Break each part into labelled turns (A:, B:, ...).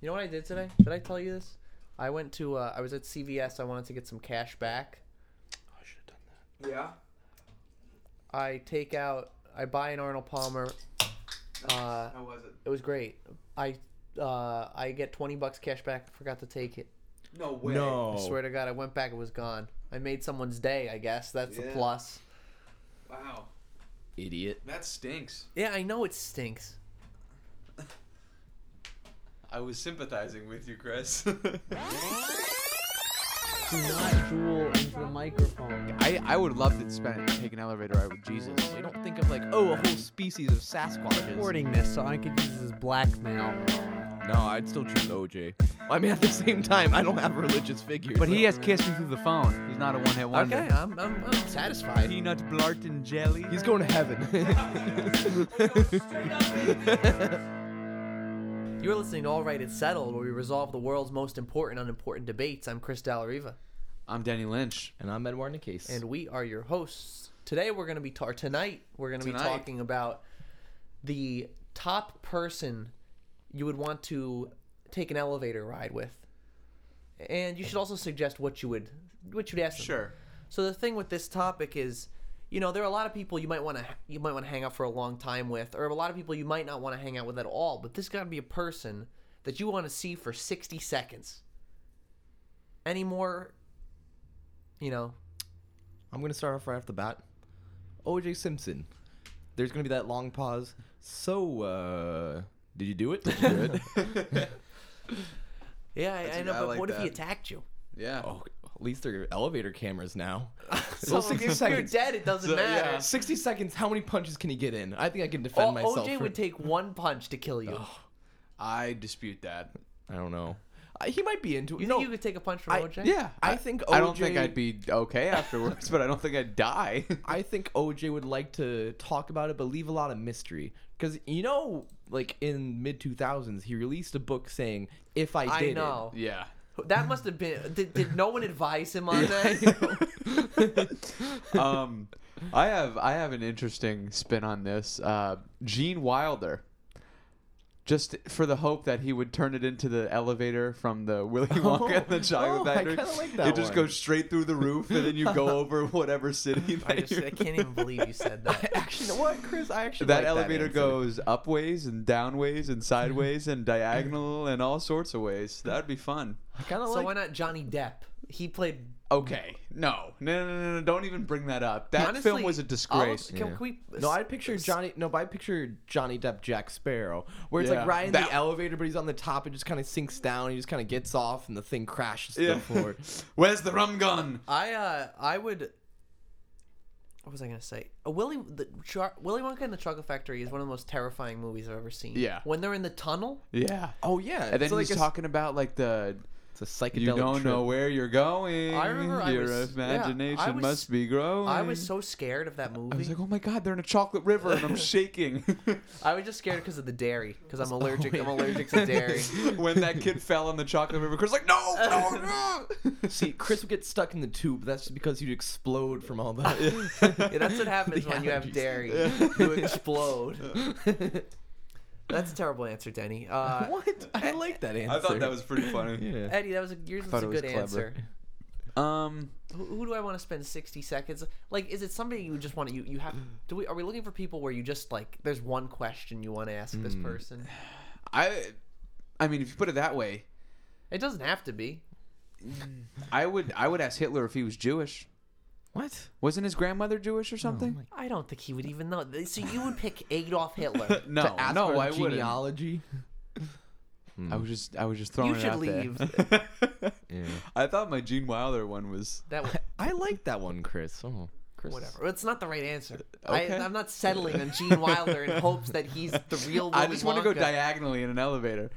A: You know what I did today? Did I tell you this? I went to. Uh, I was at CVS. I wanted to get some cash back.
B: I should have done that.
C: Yeah.
A: I take out. I buy an Arnold Palmer. Uh,
C: How was it?
A: It was great. I uh, I get twenty bucks cash back. Forgot to take it.
C: No way.
B: No.
A: I swear to God, I went back. It was gone. I made someone's day. I guess that's a
C: Yeah.
A: plus.
C: Wow.
B: Idiot.
C: That stinks.
A: Yeah, I know it stinks.
C: I was sympathizing with you, Chris.
A: Do not drool into the microphone.
C: I, I would love to spend take an elevator ride with Jesus. You don't think of like oh a whole species of Sasquatches.
A: Recording this so I could use this as blackmail.
B: No, I'd still choose OJ. I mean, at the same time, I don't have religious figures.
D: But he has kissed me through the phone. He's not a one-hit wonder.
A: Okay, I'm, I'm, I'm satisfied.
D: Peanut blart and jelly.
B: He's going to heaven.
A: You're listening to All Right It's Settled, where we resolve the world's most important unimportant debates. I'm Chris Dallariva,
D: I'm Danny Lynch.
B: and I'm Edward Nicase.
A: and we are your hosts. Today we're going to be, tar- tonight, we're going to be
D: Tonight.
A: talking about the top person you would want to take an elevator ride with. And you should also suggest what you would, what you'd ask them.
C: Sure.
A: So the thing with this topic is, you know, there are a lot of people you might want to you might want to hang out for a long time with, or a lot of people you might not want to hang out with at all. But this got to be a person that you want to see for sixty seconds. Any more, you know,
B: I'm gonna start off right off the bat. OJ Simpson. There's gonna be that long pause. So, uh, did you do it? Good.
A: yeah, I,
C: That's
A: I
C: a
A: know.
C: guy
A: But
C: like
A: what if he
C: that.
A: attacked you?
C: Yeah.
B: oh, at least there are elevator cameras now.
A: So
B: sixty
A: if you're
B: seconds.
A: dead, it doesn't
C: So,
A: matter.
C: yeah.
B: 60 seconds. How many punches can he get in? I think I can defend
A: O-
B: myself.
A: OJ
B: for-
A: would take one punch to kill you.
C: I dispute that.
B: I don't know. I, he might be into it.
A: you
B: no,
A: think you could take a punch from
B: I-
A: OJ?
C: Yeah.
B: I think
C: I don't think
B: OJ
C: I'd be okay afterwards, but I don't think I'd die.
B: I think OJ would like to talk about it, but leave a lot of mystery. Because you know, like in mid 2000s, he released a book saying, "If I did."
A: I
B: it."
A: know.
C: yeah.
A: That must have been. Did, did no one advise him on that?
C: Um, I have I have an interesting spin on this. Uh, Gene Wilder. Just for the hope that he would turn it into the elevator from the Willy Wonka and the Chocolate
B: oh, I
C: Factory.
B: kinda like that
C: it just
B: one.
C: goes straight through the roof, and then you go over whatever city.
A: I
C: that
A: just
C: you're
A: I can't even believe you said that.
B: Actually, you know what, Chris? I actually
C: that
B: like
C: elevator
B: answer.
C: goes up ways and down ways and sideways and diagonal and all sorts of ways. That'd be fun.
B: I kind of
A: So
B: like.
A: why not Johnny Depp? He played.
C: Okay, no, no, no, no, no, don't even bring that up. That
A: honestly,
C: film was a
A: all of-
C: disgrace.
A: can, can we?
B: no, I picture Johnny. No, but I picture Johnny Depp, Jack Sparrow, where it's
C: Yeah.
B: like Ryan
C: That-
B: the elevator, but he's on the top. It just kind of sinks down. He just kind of gets off, and the thing crashes to
C: Yeah.
B: the floor.
C: Where's the rum gun?
A: I uh, I would. What was I gonna say? A Willy the Char- Willy Wonka and the Chocolate Factory is one of the most terrifying movies I've ever seen.
C: Yeah.
A: When they're in the tunnel,
C: Yeah.
B: Oh yeah,
C: And then
B: it's like
C: he's
B: a,
C: talking about like the
B: It's a psychedelic.
C: you don't
B: trip.
C: know where you're going.
A: I remember I
C: Your
A: was- yeah, I
C: imagination
A: was-
C: must be growing.
A: I was so scared of that movie.
C: I was like, oh my god, they're in a chocolate river, and I'm shaking.
A: just scared because of the dairy. Because I'm allergic. I'm allergic to dairy.
C: when that kid fell on the chocolate river, Chris was like, no, no, no.
B: See, Chris would get stuck in the tube. That's just because you'd explode from all the.
A: Yeah, that's what happens
B: The
A: when you have
B: allergies.
A: dairy. You explode. That's a terrible answer, Denny. Uh,
B: what? I like that answer.
C: I thought that was pretty funny.
B: Yeah.
A: Eddie, that was a, yours was
B: thought
A: a
B: it was
A: good
B: clever.
A: answer.
C: Um,
A: Who, who do I want to spend sixty seconds? Like, is it somebody you just want to? You you have? Do we? Are we looking for people where you just like? There's one question you want to ask this person.
C: I, I mean, if you put it that way,
A: It doesn't have to be.
C: I would, I would ask Hitler if he was Jewish.
B: What?
C: Wasn't his grandmother Jewish
B: Oh,
C: or something?
A: I don't think he would even know. So you would pick Adolf Hitler.
C: no,
B: to ask
C: no,
B: for
C: I wouldn't.
B: genealogy.
C: I was just, I was just throwing.
A: You
C: it
A: should
C: out there.
B: Hmm. Yeah.
C: I thought my Gene Wilder one was
A: That w-
B: I like that one, Chris. Oh, Chris.
A: whatever. It's not the right answer.
C: Okay.
A: I, I'm not settling on Gene Wilder in hopes that he's the real. Willy
C: I just want to go
A: Wonka.
C: diagonally in an elevator.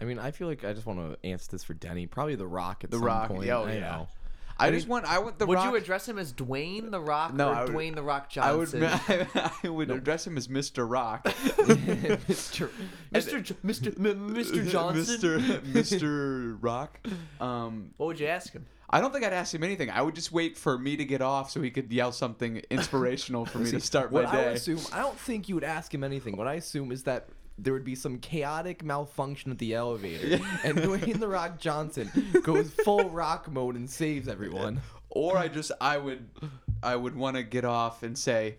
B: I mean, I feel like I just want to answer this for Denny. Probably The Rock at the some
C: Rock,
B: point.
C: yeah, oh,
B: I
C: yeah.
B: know.
C: I, just want. I want the
A: Would
C: rock.
A: you address him as Dwayne the Rock
C: No,
A: or
C: I would-
A: Dwayne the Rock
C: I would.
A: Johnson?
C: I, would address him as Mr. Rock.
B: Mr.
A: Mr. Jo- Mr. M- Mr. Johnson.
C: Mr. Mr. Rock. Um,
A: What would you ask him?
C: I don't think I'd ask him anything. I would just wait for me to get off so he could yell something inspirational for me to start my
B: What I would
C: day.
B: assume, I don't think you would ask him anything. What I assume is that there would be some chaotic malfunction at the elevator, and Dwayne the Rock Johnson goes full rock mode and saves everyone.
C: Or I just I would I would want to get off and say,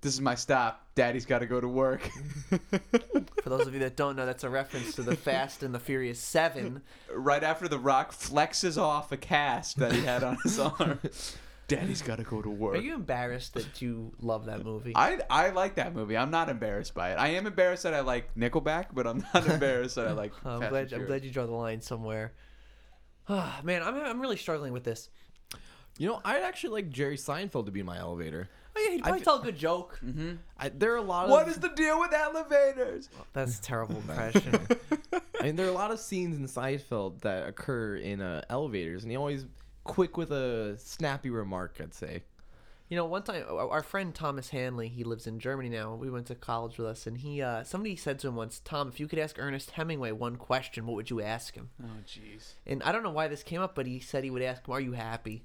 C: "This is my stop. Daddy's got to go to work."
A: For those of you that don't know, that's a reference to the Fast and the Furious Seven.
C: right after the Rock flexes off a cast that he had on his arm. Daddy's got to go to work.
A: Are you embarrassed that you love that movie?
C: I I like that movie. I'm not embarrassed by it. I am embarrassed that I like Nickelback, but I'm not embarrassed that I like.
A: Uh, Oh, I'm
C: Fast and
A: glad. I'm
C: Furious.
A: glad you draw the line somewhere. Ah, man, I'm I'm really struggling with this.
B: You know, I'd actually like Jerry Seinfeld to be in my elevator.
A: Oh, yeah, he'd probably
B: fe-
A: tell a good joke.
B: I, there are a lot of
C: What is the deal with elevators?
A: That's a terrible impression. oh,
B: I mean, there are a lot of scenes in Seinfeld that occur in uh, elevators, and he always quick with a snappy remark. I'd say.
A: you know, one time our our friend Thomas Hanley, he lives in Germany now. We went to college with us, and he uh, somebody said to him once, "Tom, if you could ask Ernest Hemingway one question, what would you ask him?"
D: Oh, jeez.
A: And I don't know why this came up, but he said he would ask him, "Are you happy?"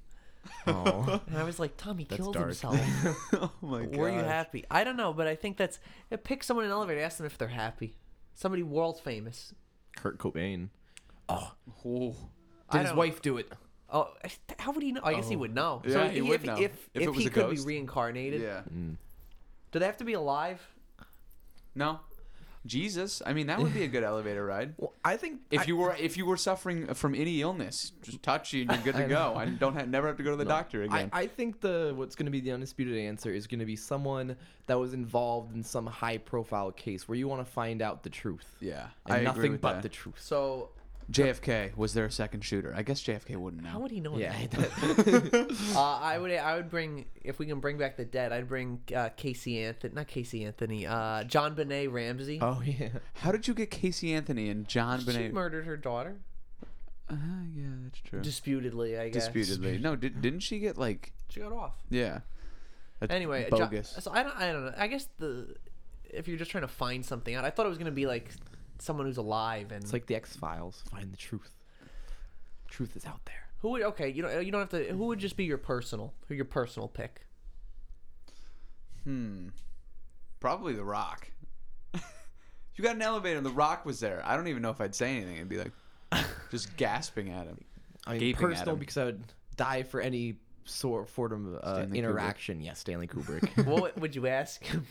B: Oh,
A: And I was like, "Tom, he
B: That's
A: killed
B: dark.
A: himself.
C: oh my god.
A: Were you happy?" I don't know, but I think that's pick someone in an elevator, ask them if they're happy. Somebody world famous.
B: Kurt Cobain.
A: I
B: Did his
A: don't-
B: wife do it?
A: Oh, how would he know? I guess he
B: Oh.
A: would know.
C: Yeah, he would
A: if,
C: know.
A: If, if,
C: If it was
A: he
C: a
A: could
C: ghost.
A: be reincarnated,
C: Yeah.
A: do they have to be alive?
C: No. Jesus. I mean, that would be a good elevator ride.
B: Well, I think
C: If
B: I-
C: you were if you were suffering from any illness, just touch you and you're good to go. I don't have, never have to go to the doctor
B: I,
C: again.
B: I think the what's going to be the undisputed answer is going to be someone that was involved in some high profile case where you want to find out the truth.
C: yeah,
B: and
C: I
B: nothing
C: agree with
B: but
C: that.
B: the truth.
A: So
C: JFK was there a second shooter? I guess JFK wouldn't know.
A: how would he know?
B: Yeah,
A: that? uh, I would. I would bring if we can bring back the dead. I'd bring uh, Casey Anthony, not Casey Anthony, uh, John Benet Ramsey.
B: oh yeah.
C: How did you get Casey Anthony and John
A: she
C: Benet?
A: murdered her daughter,
C: uh, yeah, that's true.
A: disputedly. I guess
C: Disputedly, no. Did, didn't she get like?
A: She got off.
C: Yeah. That's
A: Anyway, Jo-
C: bogus.
A: so I don't. I don't know. I guess the if you're just trying to find something out, I thought it was gonna be like someone who's alive and
B: It's like the X Files. Find the truth. Truth is out there.
A: Who would okay? You don't you don't have to. Who would just be your personal? Who your personal pick?
C: Hmm. Probably The Rock. you got an elevator and The Rock was there. I don't even know if I'd say anything. I'd be like, just gasping at him.
B: I mean,
C: Gaping at
B: personal
C: him.
B: because I would die for any sort form of uh,
C: Stanley Kubrick.
B: interaction. Yes, Stanley Kubrick.
A: What would- would you ask? him?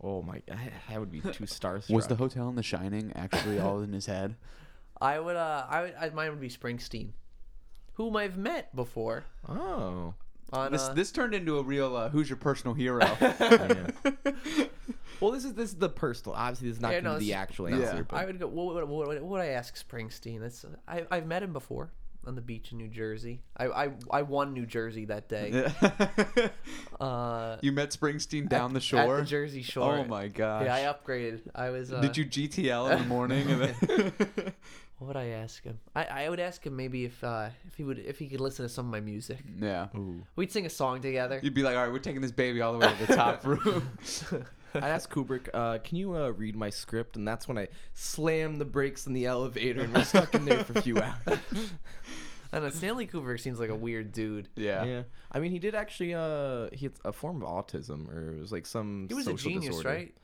B: oh my, I, I would be too starstruck.
C: Was the hotel in The Shining actually all in his head?
A: I would. Uh, I would. I, mine would be Springsteen, whom I've met before.
B: oh.
A: On
C: This
A: uh,
C: this turned into a real uh, who's your personal hero.
B: Uh, Well, this is this is the personal. Obviously, this is not
A: Yeah,
B: going to
A: no,
B: be the
A: this-
B: actual
C: yeah.
B: answer. but-
A: I would go. What would, what, would, what would I ask Springsteen? That's. I, I've met him before on the beach in New Jersey. I I, I won New Jersey that day. Uh,
C: you met Springsteen down the
A: at
C: shore.
A: the Jersey Shore.
C: oh my gosh.
A: Yeah, I upgraded. I was. Uh,
C: Did you GTL in the morning? and then-
A: What would I ask him? I, I would ask him maybe if uh, if he would if he could listen to some of my music.
C: yeah.
A: We'd sing a song together.
C: You'd be like, all right, we're taking this baby all the way to the top room.
B: I asked Kubrick, uh, "Can you uh, read my script?" And that's when I slammed the brakes in the elevator and we're stuck in there for a few hours.
A: I don't know. Stanley Kubrick seems like a weird dude.
C: yeah.
B: I mean, he did actually. Uh, he had a form of autism, or it was like some.
A: He was
B: social
A: a genius,
B: disorder.
A: right?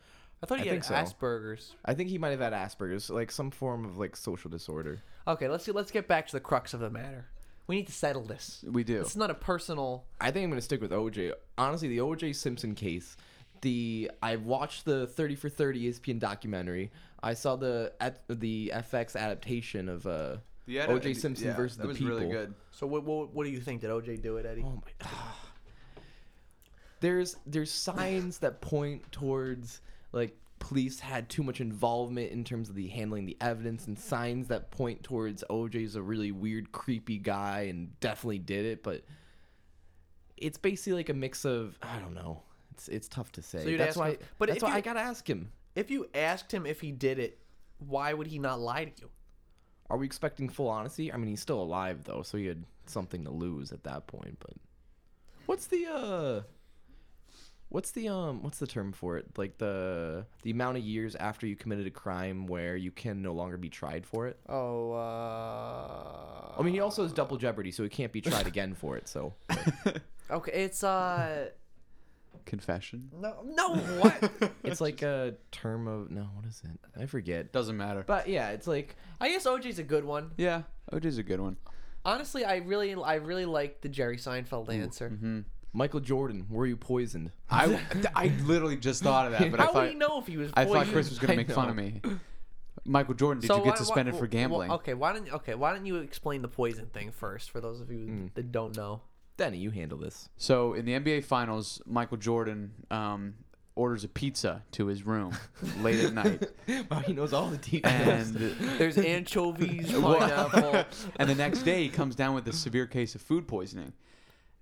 A: I thought he
B: I
A: had
B: think so.
A: Asperger's.
B: I think he might have had Asperger's, like some form of like social disorder.
A: Okay, let's see, let's get back to the crux of the matter. We need to settle this.
C: We do.
A: It's not a personal.
B: I think I'm gonna stick with OJ. Honestly, the OJ Simpson case. The I watched the 30 for E 30 ESPN documentary. I saw the at the FX adaptation of uh, OJ Simpson
C: yeah,
B: versus
C: that
B: the
C: was
B: people.
C: really good.
A: So what, what what do you think? Did OJ do it, Eddie?
B: Oh my god. There's there's signs that point towards like police had too much involvement in terms of the handling the evidence and signs that point towards OJ's a really weird creepy guy and definitely did it, but it's basically like a mix of I don't know. It's it's tough to say.
A: you'd
B: that's
A: ask
B: why
A: him- but
B: that's
A: if
B: why
A: you-
B: I got to ask him.
A: If you asked him if he did it, why would he not lie to you?
B: Are we expecting full honesty? I mean, he's still alive though, so he had something to lose at that point. But what's the uh, what's the um, what's the term for it? Like the the amount of years after you committed a crime where you can no longer be tried for it.
A: Oh, uh,
B: I mean, he also has double jeopardy, so he can't be tried again for it. So
A: okay. It's uh,
C: Confession.
A: No, no, what?
B: It's like a term of no, what is it? I forget.
C: Doesn't matter.
B: But yeah, it's like
A: I guess OJ's a good one.
C: yeah, OJ's a good one.
A: Honestly, I really, I really like the Jerry Seinfeld answer.
C: mm-hmm.
B: Michael Jordan. Were you poisoned?
C: I, I literally just thought of that, but I
A: How
C: thought
A: would he know if he was?
C: I thought
A: poisoned?
C: Chris was going
B: I
C: to make fun of me. Michael Jordan, did
A: So
C: you
A: why-
C: get
A: why-
C: suspended
A: wh-
C: for
A: wh-
C: gambling?
A: okay, why don't okay, why don't you explain the poison thing first for those of you
C: Mm.
A: that don't know?
B: Danny, you handle this.
C: So in the NBA Finals, Michael Jordan um, orders a pizza to his room late at night,
B: wow, he knows all the details.
C: and
A: There's anchovies,
C: Well-
A: pineapple.
C: and the next day he comes down with a severe case of food poisoning,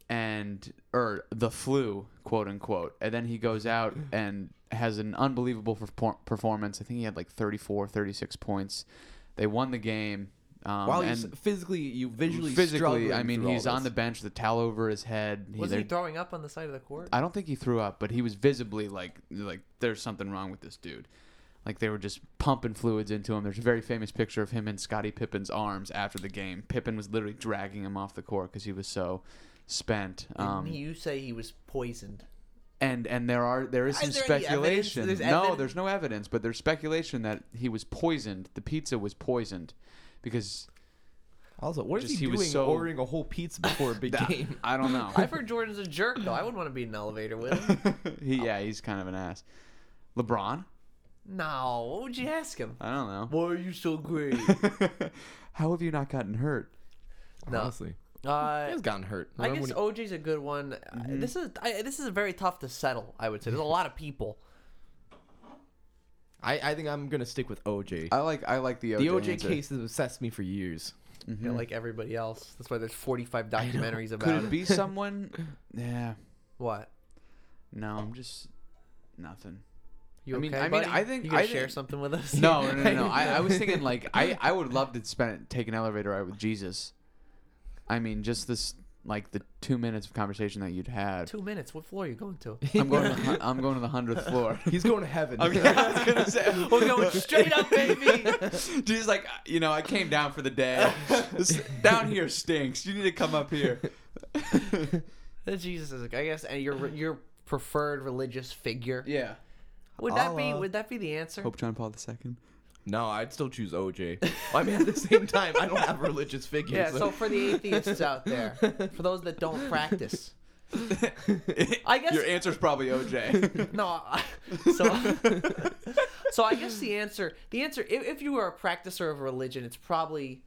C: and or the flu, quote unquote. And then he goes out and has an unbelievable perfor- performance. I think he had like 34, 36 points. They won the game. Um,
B: While
C: and
B: he's physically, you visually,
C: physically, I mean, he's on the
B: bed.
C: bench, the towel over his head. He-
A: was he
C: they're-
A: throwing up on the side of the court?
C: I don't think he threw up, but he was visibly like like there's something wrong with this dude. Like they were just pumping fluids into him. There's a very famous picture of him in Scottie Pippen's arms after the game. Pippen was literally dragging him off the court because he was so spent. Um,
A: you say he was poisoned.
C: and and there are there is some
A: Is there any evidence?
C: speculation.
A: There's
C: no,
A: evidence?
C: there's no evidence, but there's speculation that he was poisoned. The pizza was poisoned because
B: Also, what is
C: Just he
B: he,
C: was
B: doing?
C: so-
B: Ordering a whole pizza before a big game.
C: I don't know.
A: I've heard Jordan's a jerk though. I wouldn't want to be in an elevator with him.
C: he, yeah, he's kind of an ass. LeBron,
A: No, what would you ask him?
C: I don't know.
A: Why are you so great?
C: How have you not gotten hurt?
A: No.
B: Honestly, he
A: Uh,
B: has gotten hurt.
A: I
B: Remember
A: guess
B: when
A: OJ's a good one. Uh,
C: Mm-hmm.
A: This is I, this is very tough to settle. I would say there's a lot of people.
B: he- I, I think I'm gonna stick with OJ.
A: Uh,
C: I like I like the OJ,
B: the OJ
C: answer.
B: case has obsessed me for years.
A: you know, like everybody else. That's why there's 45 documentaries about
C: Mm-hmm. Could
A: it.
C: it be someone? yeah.
A: What?
C: No, I'm just nothing.
A: You
C: I mean-
A: okay,
C: I mean,
A: buddy?
C: I think-
A: you gonna
C: I
A: share
C: think-
A: something with us.
C: No, no, no, no. I, I was thinking like I, I would love to spend take an elevator ride with Jesus. I mean, just this like the two minutes of conversation that you'd had.
A: Two minutes. What floor are you going to?
C: I'm going. To the, hun- I'm going to the hundredth floor.
B: He's going to heaven.
C: gonna say,
A: We're going straight up, baby.
C: Jesus, like you know, I came down for the day. This- down here stinks. You need to come up here.
A: That's Jesus is, I guess, and your your preferred religious figure.
C: yeah.
A: Would that be
B: Allah.
A: Would that be the answer?
C: Pope John Paul II.
B: no, I'd still choose OJ. I mean, at the same time, I don't have a religious figure.
A: Yeah. So for the atheists out there, for those that don't practice, I guess-
C: your answer's probably OJ.
A: no. I- So, so I guess the answer, the answer, if, if you are a practicer of religion, it's probably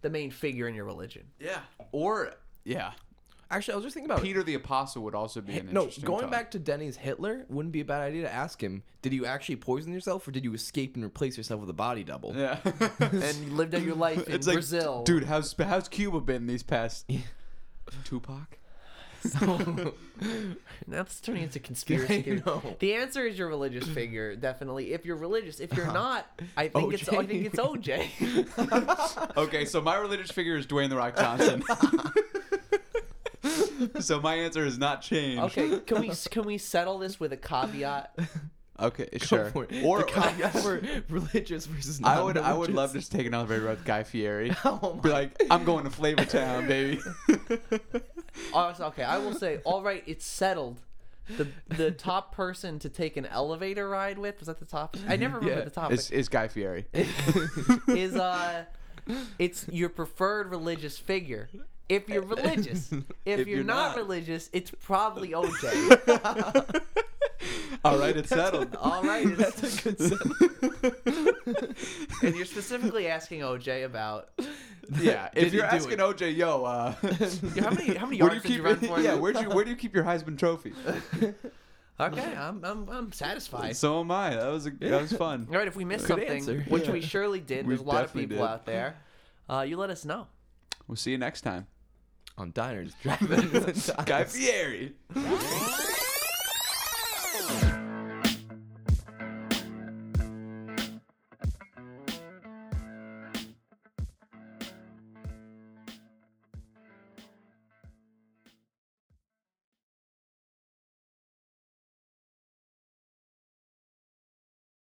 A: the main figure in your religion.
C: yeah. Or yeah.
B: actually, I was just thinking about
C: Peter the Apostle would also be an
B: No,
C: interesting
B: going
C: topic.
B: back to Denny's Hitler wouldn't be a bad idea to ask him, did you actually poison yourself or did you escape and replace yourself with a body double?
C: Yeah.
A: And you lived out your life in
C: it's like,
A: Brazil,
C: dude, how's how's Cuba been these past? Tupac.
B: So-
A: Now it's turning into conspiracy
B: I
A: theory.
B: know.
A: The answer is your religious figure, definitely. If you're religious, if
B: Uh-huh.
A: you're not, I think it's I think it's OJ.
C: Okay, so my religious figure is Dwayne the Rock Johnson. so my answer is not changed.
A: Okay, can we can we settle this with a caveat?
C: Okay,
B: Go
C: sure.
B: for it.
C: Or
B: the caveat for religious versus
C: I would I would love to
B: non-religious.
C: just take an elevator ride with Guy Fieri.
B: Oh
C: Be
B: my-
C: like, I'm going to Flavor Town, baby.
A: Oh, it's- okay, I will say, all right, it's settled. The the top person to take an elevator ride with was that the top? I never remember
B: Yeah,
A: the topic.
C: It's, it's Guy Fieri.
A: Is uh, it's your preferred religious figure. If you're religious, if, you're,
C: you're
A: not,
C: not.
A: religious, it's probably OJ.
C: All right, it's settled.
A: all right, it's-
B: That's a good sentence.
A: and you're specifically asking OJ about
C: Yeah,
B: Did
C: if
B: he
C: you're
B: do
C: asking
B: it?
C: OJ, yo, uh,
A: Yeah, how many how many
C: where do
A: yards
C: you
A: did you
C: keep
A: run for?
C: yeah, where do you where do you keep your Heisman trophy?
A: Okay, I'm I'm I'm satisfied.
C: so am I. That was a, that was fun.
A: All right, if we missed
B: Good
A: something,
B: answer.
A: which
B: Yeah.
A: we surely did,
C: We
A: there's a lot of
C: definitely
A: people
C: did.
A: out there. Uh, you let us know.
C: We'll see you next time.
B: On diners, drive-ins, and
C: Guy
B: dives.
C: Fieri.